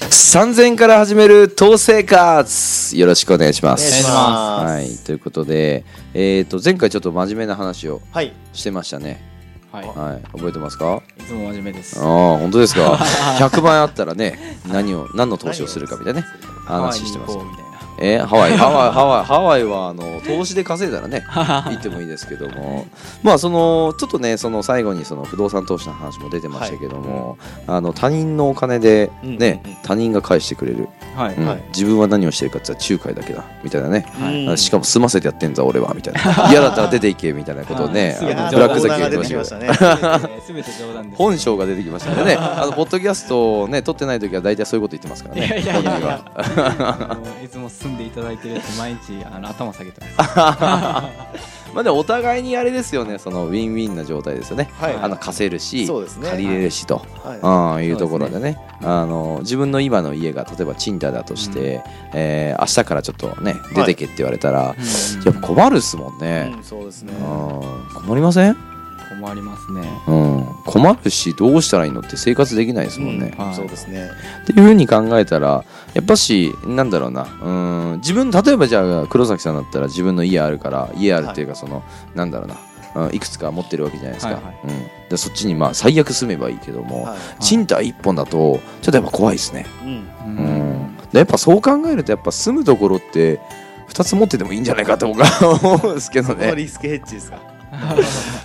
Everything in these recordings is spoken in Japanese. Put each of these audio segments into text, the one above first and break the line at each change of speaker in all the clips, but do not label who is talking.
3000円から始める投資生活よろしくお願いします
お願いします
はい、ということで、えー、と前回ちょっと真面目な話を
はい。
してましたね
はい
はい覚えてますか
いつも真面目です
ああ本当です か100万あったらね何を何の投資をするかみたいなね話してます
ハワイに行こうみたいな
えーハワイ、ハ ワイ、ハワイ、ハワイはあの投資で稼いだらね、行ってもいいですけども、まあそのちょっとね、その最後にその不動産投資の話も出てましたけども、あの他人のお金でね、
うんうんうん
他人が返してくれる、
はい、
うん
はい
自分は何をしてるかって言ったら仲介だけだみたいなね。
はい
あしかも済ませてやってんぞ俺はみたいな嫌だったら出ていけみたいなことをね
あー
あの
す
ブ
げ
ラ
え
ックザッキーが
出
言ってて
き
ま
ま
し
したた
けど
ね。
すべて冗談です
本性が出てきましたからねあのポッドキャストをね撮ってない時は大体そういうこと言ってますから
いや
ね
いやいやいやあのいつも住んでいただいてるって毎日あの頭下げてま す
まあでもお互いにあれですよねそのウィンウィンな状態ですよね
はい。
あの稼げるし、
そうですね
借りれるしと、
は
うんいうところでねあの自分の今の家が例えば賃貸だとして、えー明日からちょっとね出てけって言われたら、やっぱ困るっすもん
い。
ね
う、ん、そうですね
うん。困りません、
困りますね
うん、困るしどうしたらいいのって生活できないですもんね、
はい
そうですね。
っていうふうに考えたらやっぱしなんだろうなうん自分例えばじゃあ黒崎さんだったら自分の家あるから家あるっていうかその、なんだろうなうんいくつか持ってるわけじゃないですか、
はいはい
うん、でそっちにまあ最悪住めばいいけども、
は
賃貸一本だとちょっとやっぱ怖いですね、
い。うん。
う
うんでやっぱそう考えるとやっぱ住むところって2つ持っててもいいんじゃないかと僕は思うんですけど
この
ね
リスクヘッジですか。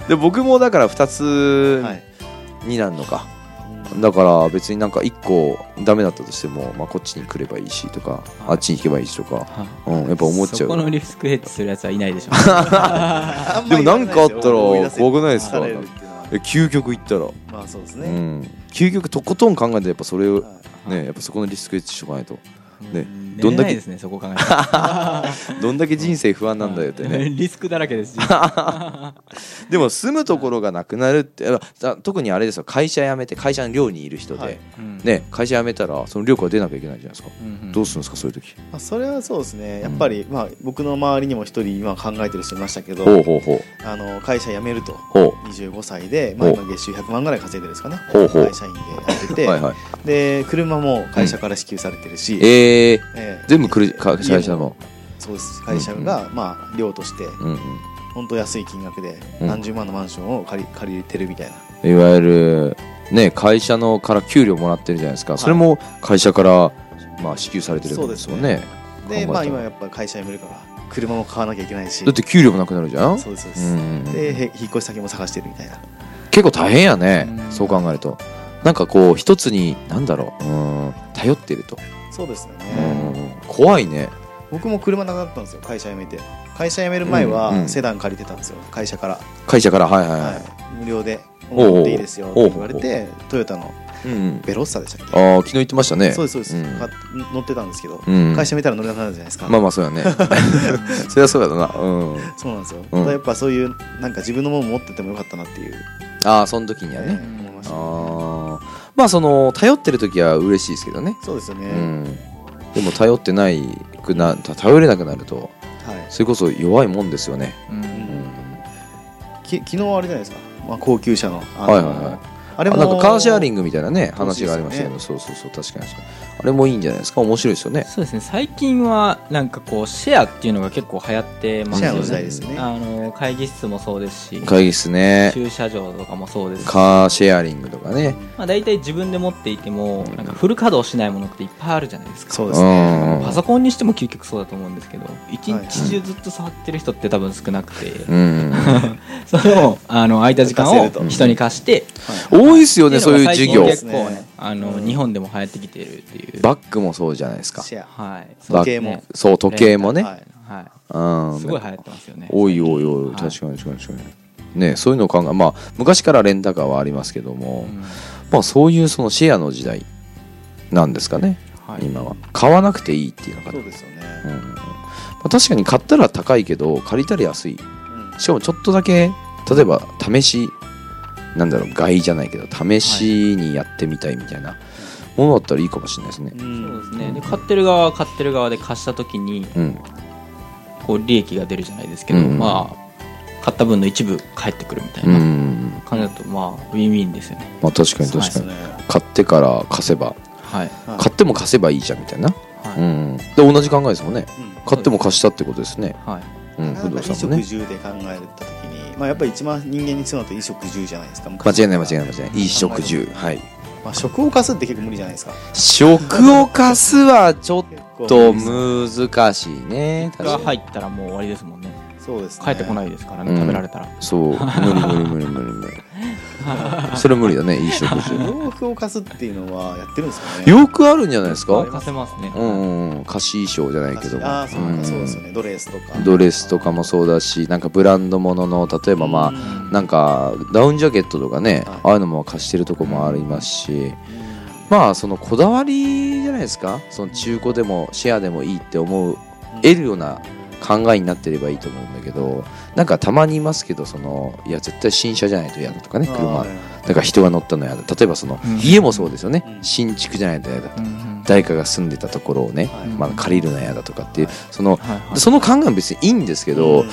で僕もだから2つ
はい。
になるのか、だから別になんか1個ダメだったとしても、まあ、こっちに来ればいいしとか、
はい
あっちに行けばいいしとか、
は
う
い
ん、やっぱ思っちゃ
そうこのリスクヘッジするやつはいないでしょうね
あん
で
ま
もな
り
んかあったら
思い出せ
怖くないですか
されるっていうのは
え究極行ったら、
まあそうです
う
ね。
ん、究極とことん考えたらやっぱそれを、
はい
はい
ね、やっぱそこのリスクエッジしとかないと ね
うん
どんだけ
寝れないですねそこ考えたら
どんだけ人生不安 なんだよってね
リスクだらけですしは
でも住むところがなくなるってあだ特にあれですよ会社辞めて会社の寮にいる人で、
はい
ね、会社辞めたらその寮から出なきゃいけないじゃないですか、どう
す
するんですかそういう時
まあそれはそうですね。やっぱりまあ僕の周りにも一人今考えてる人いましたけ
ほう
ど、
ほうほう
あの会社辞めると。
ほ
25歳で、まあ、
お
今月収100万ぐらい稼いでるんですかね
ほうほう
会社員でやって
う
て、
はいはい
で車も会社から支給されてるし、
えー、
ええ
全部くるか会社も
そうです会社が、まあ、寮として
うんうん
本当安い金額で
うん
何十万のマンションを借り借りてるみたいな、
いわゆる、ね、会社のから給料もらってるじゃないですか、
い
それも会社から、まあ、支給されてるんですもんね頑張っ
で
た
まあ今やっぱ会社辞めるから車も買わなきゃいけないし
だって給料もなくなるじゃん
そうですそうで
う
す、
ん
でへ引っ越し先も探してるみたいな
結構大変やね、
うん
そう考えるとなんかこう一つになんだろううん頼ってると、
そうですよね、
うん怖いね
僕も車なくなったんですよ会社辞めて会社辞める前
うんう
は
ん
セダン借りてたんですよ会社から、
会社からはいはいはい、
はい、無料で
おうおう
持っていいですよって言われてトヨタの
うんうん
ベロッサでしたっけ
ああ昨日言ってましたね
そうですそうです、
ん
か乗ってたんですけど、
うん
会社見たら乗れなくなるじゃないですか、
まあまあそう やねそりゃそうやだなうん
そうなんですよ、
うん
やっぱそういうなんか自分のもの持っててもよかったなっていう、
ああその時には
え
ね、
ー思いました
ああまあその頼ってる時は嬉しいですけどね
そうですよね、
うん、でも頼ってないくなた頼れなくなると
はい
それこそ弱いもんですよね、うん
き昨日あれじゃないですか、まあ、高級車のあの
はいはいはい
あ
あ
れも
なんかカーシェアリ
ン
ングみたいなね
楽し
話
いですよね
がありましたけど、そうそうそう確かに確かにあれもいいんじゃないですか面白いですよね
そうですね最近はなんかこうシェアっていうのが結構流行ってます
シェア
よ
の
ね
時代ですね、
あの会議室もそうですし、
会議室ね
駐車場とかもそうですし、ま
カーシェアリングとかね
あ、大体自分で持っていてもなんかフル稼働しないものっていっぱいあるじゃないですか
そう
う
ですね
ん
パソコンにしても究極そうだと思うんですけど一日中ずっと触ってる人って多分少なくて、
うん、
それをあの空いた時間
貸せ
を
ると
人に貸して、
多いっす よねそういう
って
授
いの
業
が最
授
近
業
結構ねあの、
うん
日本でも流行ってきてるっていう
バッグもそうじゃないですか
シェア
はい
バッグ
時計も
そう時計もね、
はい
は
う
い
ん
すごい流行ってますよね
多い多い多
はいい
確かに確かに確かにねそういうのを考えまあ昔からレンタカーはありますけども、
うん
まあ、そういうそのシェアの時代なんですかね、
はい
今は買わなくていいっていうのかな
そうですよね、
うんまあ、確かに買ったら高いけど借りたら安い
うん
しかもちょっとだけ例えば試しなんだろう買いじゃないけど試しにやってみたいみたいなものだったらいいかもしれないですね
うん
そうですねで買ってる側は買ってる側で貸した時に
うん
こう利益が出るじゃないですけど、
うん
まあ買った分の一部返ってくるみたいうなん感じだと、まあウィンウィンですよね
まあ確かに
そうで
確か
す
に
ね
買ってから貸せば
はい
はい
買っても貸せばいいじゃんみたいな、
は
う
い、
ん、で同じ考えですもんね
うん
買っても貸したってことですね、
はい
うん、
な
不
ん
動
か衣
産も
食
ね
住で考えた時に、まあ、やっぱり一番人間に必要なのって衣食住じゃないですか
間違いない間
昔
違いない間違いないいい食住はい
まあ、食を貸すって結構無理じゃないですか
食を貸すはちょっ
結構
と難しいね確
が
か
入
に
ったらもう終わりですもんね
そうですね
帰ってこないですからね、
うん
食べられたら
そう無理無理無理無理無理 それ無理だねいい食住
洋服を貸すっていうのはやってるんですかね
よくあるんじゃないですか
貸せますね、
うんうんうん貸し衣装じゃないけども
ああそう
う
か
ん
そうですよねドレスとか
ドレスとかもそうだしなんかブランドものの例えばまあ
あ
なんかダウンジャケットとかね、
はい
ああいうのも貸してるとこもありますしまあそのこだわりじゃないですかその中古でもシェアでもいいって思う得るような考えになってればいいと思うんだけどなんかたまにいますけどそのいや絶対新車じゃないと嫌だとかね車はだから人が乗ったの嫌だ例えばその
うん
家もそうですよね
うん
新築じゃないと嫌だ
うんうん
誰かが住んでたところをね
はい
まあ借りるのは嫌だとかっていう
はい
その
はいはい
その考えも別にいいんですけ
け
ど、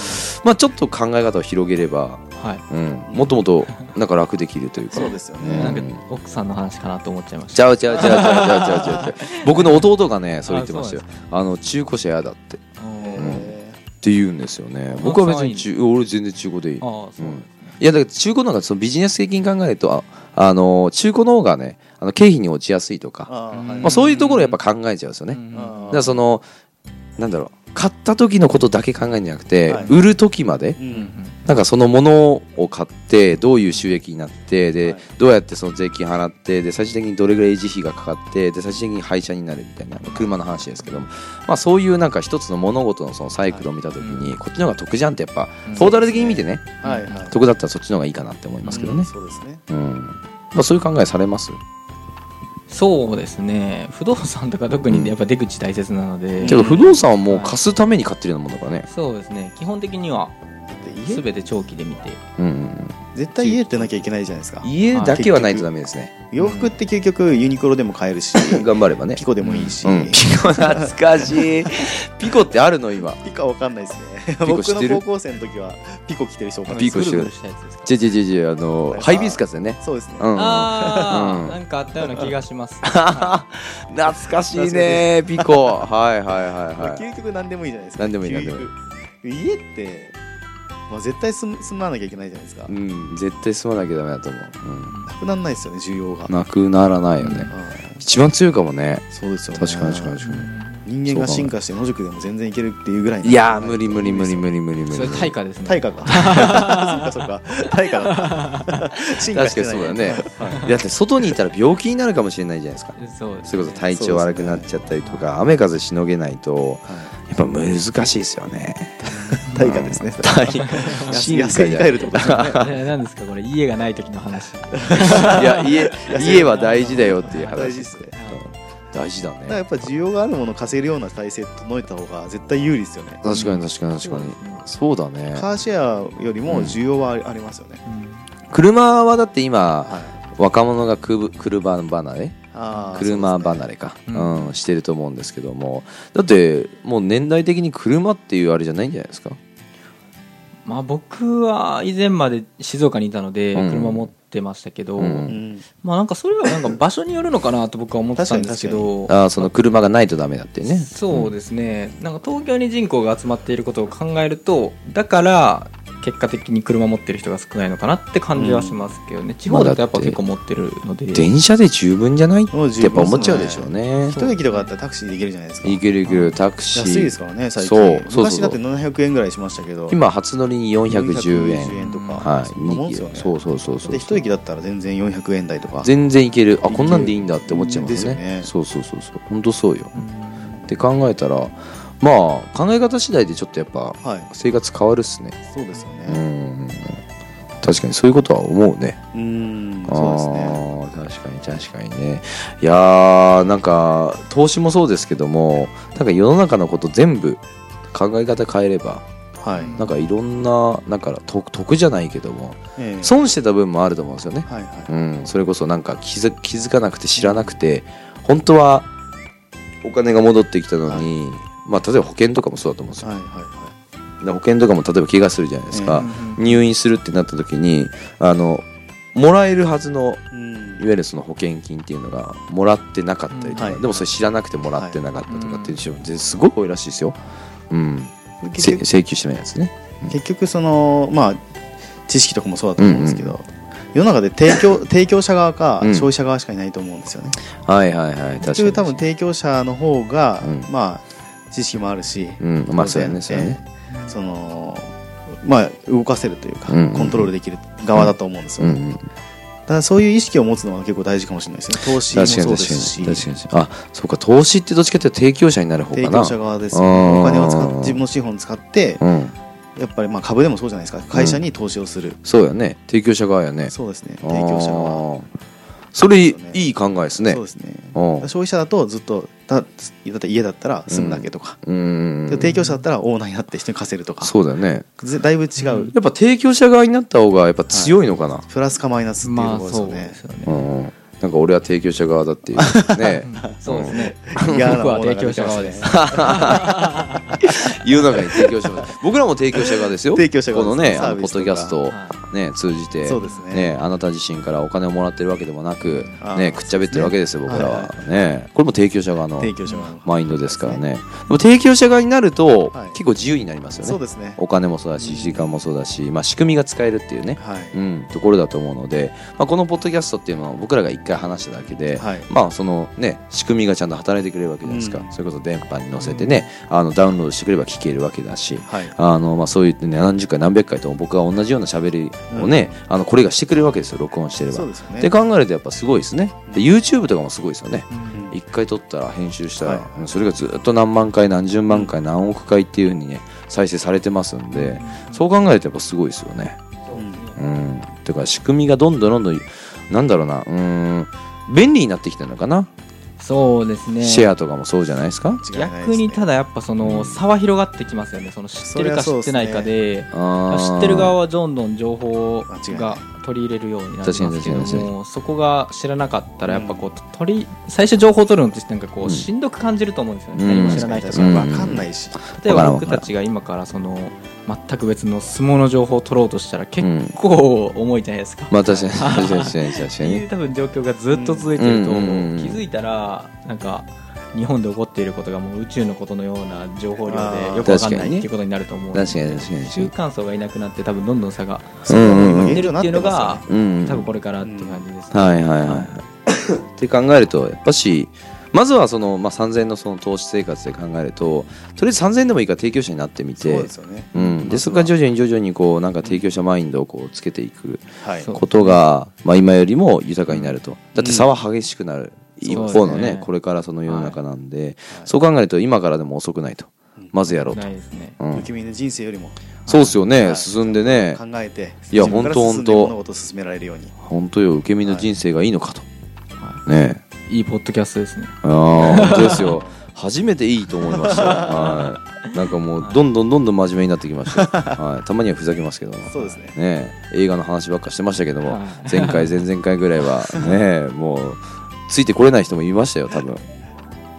まあ、ちょっと考え方を広げれば、
はい
うん、もっともっとなんか楽できるというか。
そうですよ
うん
なん
ね
か奥さんの話かなと思っちゃいまし
ち
た
ゃうちゃうちゃうちゃうちゃうちゃうちゃうちゃう僕の弟がねそう言ってましたよ
あ
あの中古車嫌だってっ
え
て言うんですよね僕は別に中俺全然中古でいい
ああそうなんです
いやだから中古なんかそのビジネス的に考えるとああの中古の方がねあの経費に落ちやすいと
ー
か、
あーはい
まあ、そういうところやっぱ考えちゃうんですよね、
ねうん
あ
だ
ー
からそのなんだろう買った時のことだけ考えるんじゃなくて、
はい
売る時まで
う
うん
ん
なんかそのものを買ってどういう収益になってで、
はい
どうやってその税金払ってで最終的にどれぐらい維持費がかかってで最終的に廃車になるみたいな車の話ですけども、まあ、そういうなんか一つの物事のそのサイクルを見た時に、
は
こっちの方が得じゃんってやっぱ、
うん
トータル的に見てね
はいはい
得だったらそっちの方がいいかなって思いますけどね、
そうですね
うんまあ、そういう考えされます、
そうですね不動産とか特にやっぱ出口大切なので、
けど不動産はもう貸すために買ってるようなもんだからね、
そうですね基本的には
だって家
全て長期で見て
うんうん
絶対家ってなきゃいけないじゃないですか
うん、家だけはないとダメですね
洋服って結局ユニクロでも買え るし
頑張ればね
ピコでもいいし、
うん、ピコ懐かしい ピコってあるの今
ピコはわかんないです ね
コ
僕
知ってる
の高校生の時はピコ着てる人多かった
ピコしてる
ぐぐしたやつですか
違う違う違う違うあの
なんか
ハイビスカスだよね
そうですね、
うん
あ
うん
あなんかあったような気がします
懐かしいねピコはいはいはい
ま
は
あ
い
究極何でもいいじゃないですか
何でもいい
究極
何
家って、まあ、絶対住住まなきゃいけないじゃないですか、
うん絶対住まなきゃダメだと思う、
なくならないですよね需要が、
うん、なくならないよ
う
ね
ん
一番強いかもね
そうですよね
確かに確かに確か
人間が進化して野宿でも全然いけるっていうぐらい
にいやー無理無理無理無
理
理無理無理
それ対価ですね
対 価かそうかそうか対価だった進化
確
し
かに
てない
そうだよねだって外にいたら病気になるかもしれないじゃないですか
そうです
それこそ体調悪くなっちゃったりとか雨風しのげないと
はい
やっぱ難しいですよ ね
対価ですね
対価
安い安いに帰るってことですね
え何ですかこれ家がない時の話
いや家家は大事だよっていう話
大事ですね
大事だ
だから
ね
やっぱ需要があるものを稼げるような体制整えた方が絶対有利ですよね
確かに確かに確かに
うん
そうだね
カーシェアよりも需要はありありますよね、
車はだって今
はい
若者がくぶ車離れ
あー
車
そうです
離
ね
れか、
う
うんんしてると思うんですけどもだってもう年代的に車っていうあれじゃないんじゃないですか
まあ僕は以前まで静岡にいたので
うん
車持ってましたけど、
うん
うん
まあなんかそれはなんか場所によるのかなと僕は思ってたんですけど
あーその車がないとダメだっていうね
そうですね、なんか東京に人口が集まっていることを考えるとだから結果的に車持ってる人が少ないのかなって感じはしますけどね、地方だとやっぱ結構持ってるので、
電車で十分じゃないっ
もう十
て
分
やっぱ思っちゃうでしょうね
一駅とかだったらタクシーで行けるじゃないですか
いけるいけるタクシー
安いですからね最近
そうそうそう
昔だって700円ぐらいしましたけど
今初乗りに410
410
円
とか、
はい
そんなもんですよね
そうそうそうそう
で一駅だったら全然400円台とか
全然いけるあこんなんでいいんだって思っちゃいますね
いけるんです
そうそうそうそう本当そうよ
うん
って考えたらまあ考え方次第でちょっとやっぱ
はい
生活変わるっすね
そうですよ
う
ね
ん確かにそういうことは思うね
うーんそうですね
あー確かに確かにねいやーなんか投資もそうですけどもなんか世の中のこと全部考え方変えれば
はい、
なんかいろんななんか得得じゃないけども
ええ
損してた分もあると思うんですよね、
はいはい
うん、それこそなんか気づ気づかなくて知らなくて本当はお金が戻ってきたのに、まあ、例えば保険とかもそうだと思うんですよ
はいはいは
で保険とかも例えば怪我するじゃないですか、
うん
入院するってなった時にあのもらえるはずの
うん
いわゆるその保険金っていうのがもらってなかったりとか、
うんはい
でもそれ知らなくてもらってなかったとかっていう人も全然すごい多いらしいですよ、うん、
結
せ
局
請求してないやつね
結局そのまあ知識とかもそうだと思うんですけど、世の中で提供提供者側か
うん
消費者側しかいないと思うんですよね。
はいはいはい
結
確
局
か
多
に
分提供者の方が、
うん
まあ知識もあるし、
うんまあそうや
当
ね
然
そうやね
そのまあ動かせるというか、
うんうん
コントロールできる側だと思うんです
う
よ。
んうん、
だからそういう意識を持つのは結構大事かもしれないですね。投資も
確か
そう
に
で
確か
すし
に確、かにあそうか投資ってどっちかっていうと提供者になる方か
提
な
供者側ですよ
うん
ね。お金を使って自分の資本を使って、
うん
やっぱりまあ株でもそうじゃないですか。会社に投資をする。
そうやね提供者側やね
そうですね。提供者
あ
側。
ーそれいい考えですね
そうですね。
うん
消費者だとずっとだだって家だったら住むだけとか、
うん
で提供者だったらオーナーになって人に貸せるとか
そうだよね
ぜだいぶ違う、
うん
やっぱ提供者側になった方がやっぱ強いのかな、
プラスかマイナスっていう
ま
と
あ
ころです
そ
よ
う
ね
です、
う
よね。
んうんなんか俺は提供者側だって いうね
そうですね。
嫌な
僕は
オーナー
提
が
供
出て
者
ます
側
ね
です。
世の中に提供者側僕らも提供者側ですよ
提供者側
この
で
ねあ
す
の
サー
ポ
ビ
ッ
ス
ド
とか
キャストを、
は
ね、通じて
そうですね
あなた自身からお金をもらってるわけでもなく
あ、ー
ね、くっちゃべってるわけですよ
そう
僕
ですね
らは、ね、これも提供者側の
提供者側の
マインドですからねでも提供者側になると、
はい
結構自由になりますよね
そうですね
お金もそうだし時間もそうだし、まあ、仕組みが使えるっていうね、
は
うん、ところだと思うので、まあ、このポッドキャストっていうのは僕らが一回話しただけで、
い、はい、
まあそのね、仕組みがちゃんと働いてくれるわけじゃないですか、
うん
それこそ電波に乗せてねあのダウンロードしてくれば聞けるわけだし
はい
あの、まあ、そういってね何十回何百回とも僕が同じような喋りをね、あのこれがしてくれるわけですよ録音してれば。
そうですよね
って考えるとやっぱすごいですねで YouTube とかもすごいですよね
うん
一回撮ったら編集したら、
は
うんそれがずっと何万回何十万回何億回っていうふうにね再生されてますんでそう考えるとやっぱすごいですよね。うん、てか仕組みがどんどんどんどんなんだろうなうーん便利になってきてるのかな、
そうですね。
シェアとかもそうじゃないですか
違いないですね
逆にただやっぱそ
うん
の差は広がってきますよねその知ってる
そり
か知
ゃそう
っ
ってす
な
ね
いかで
あー
知ってる側はどんどん情報
間違いない
が取り入れるようになりますけど
確かに確かに
もそこが知らなかったらやっぱこう取り最初情報取るのってなんかこ
うん
うしんどく感じると思うんですよね、
うん
何も知
確か
らない
に確
人と
か
か
に
が
うん
分かんないし、
例え
わから
ば
ん
僕たちが今からその全く別の相撲の情報を取ろうとしたら結
うん
構重いじゃないですか、
まあ確かに確かに確かに 確か
ってい
に
う多分状況がずっと続いてると、
うんうん
気づいたらなんか日本で起こっていることがもう宇宙のことのような情報量
あ
で
ー
よくわかん
確
な
か
い
にね
っていうことになると思う
確かに確かに
中間層がいなくなって多分どんどん差が
そう
うんうんうん
今
出
現
る
状
っ
なってて
いうのが
ますよね
うんうん
多分これからって感じですね、
はいはいはい。って考えるとやっぱしまずはその、まあ、3000円のその投資生活で考えるととりあえず3000円でもいいから提供者になってみ
そう
て
ですよね、
うん、でそこから徐々に徐々にこうなんか提供者マインドをこうつけていく
はい
そう
ことが、まあ、今よりも豊かになるとだって差は激しくなる、
うん
一方の
そうで
ね
すね
これからその世の中なんで、
はい
そう考えると今からでも遅くないと、
うん
まずやろうと、
ないですね
うん
不気味で人生よりも
そうですよね、
はい
進んでね
考えて
いや
自分から
ほんと
進んで
ほんと
物事を進められるように
本当よ受け身の人生がいいのかと、
は
ねえ
いいいポッドキャストですね
ああ本当ですよ初めていいと思いました、はい、なんかもうどんどんどんどん真面目になってきました、はい、たまにはふざけますけども
そうですね
ねえ映画の話ばっかしてましたけども、
は
前回前々回ぐらい はねえもうついてこれない人もいましたよ多分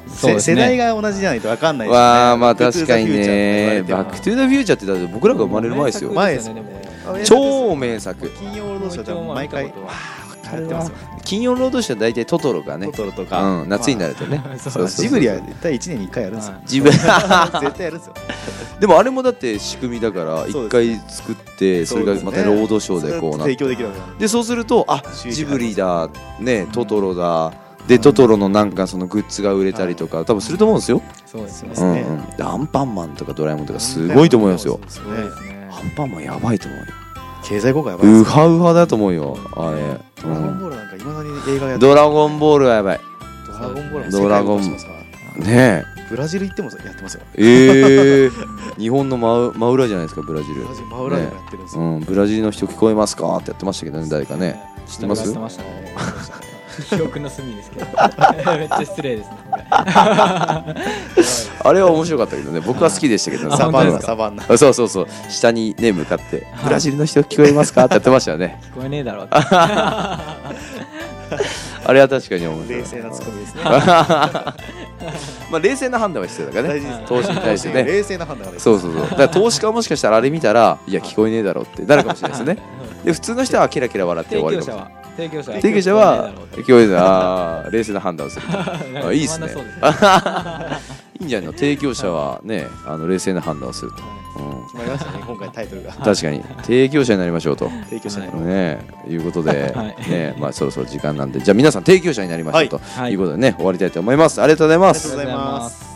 そうです
世代
ね
が同じじゃないと分かんないですよね
わあまあ
バックトゥ
確
ーザ
か
フ
に
ュ
ね「バッ
ーチャーと言われても
ク・トゥ・ザ・フューチャー」ってだって僕らが生まれる前ですよ
前ですよ
ね
あ名作
超名作
金曜ロードショーでも毎回わー分かれてますよ
金曜ロードショーは大体トトロがね
トトロとか、
うん、夏にな
る
るとね、
そう
そうそうそう
ジブリは絶対1年に1回やるんですよ、
ジブリ
絶対やるんですよ
でもあれもだって仕組みだから
そ
一
うです
回作ってそれがまた
そうです
ロ
ね
ードショーでこうなっ
提
て
供できるわけなんで
でそうするとあ
収益が
ジブリだねトトロだでトトロのなんかそのグッズが売れたりとか多分すると思うんですよ、
そうですね
で
う
す
ん
ね
うん、でアンパンマンとかドラえもんとかすごいと思いますよ
そ
そうう
で
です
ね
すね
アンパンマンやばいと思うよ
経済効果やばいで
ウ
すよ
ハウハだと思うよあれ、
ドラゴンボールなんかいまだに映画や
う
っ
ん、
て
ドラゴンボールはやばい
ドラゴンボールも
ド
世
ラ
界
ゴ
ご
ン
としますから
ね
ブラジル行ってもやってますよ
ええー、日本の真う真裏じゃないですかブラジル
ブラジル真裏でもやってるんです
う
よ、
ん、ブラジルの人聞こえますかってやってましたけどね誰かね
知
ってます
ってましたね記憶の隅ですけど めっちゃ失礼ですねこれ
あれは面白かったけどね僕は好きでしたけどねサ
あ
サ
バン
バン
ナ
ナサバンナ
あそうそうそう下にね向かって「ブラジルの人聞こえますか?」ってやってましたよね
聞こえねえ だろって
あれは確かに面白い
冷静なツッコミです ね
まあ冷静な判断は必要だからね
大事ですね
投資に対してね
冷静な判断ができる
そうそうそうだから投資家はもしかしたらあれ見たら「いや聞こえねえだろ」ってなるかもしれないですよねで普通の人はキラキラ笑って
提
終わり
供
か
者
もし
は提供者
れな
は
い提供者は教員あー冷静な判断をする
なん
あ
か
いい ですね
学んだそうです
いいんじゃないの提供者はねあの冷静な判断をすると、うん、
決まりましたね今回タイトルが
確かに提供者になりましょうと。
提供者になりま
ねいうことで、
はい
ねまあそろそろ時間なんでじゃあ皆さん提供者になりましょうと
はい
いうことでね、終わりたいと思いますありがとうございます
すありがとうございます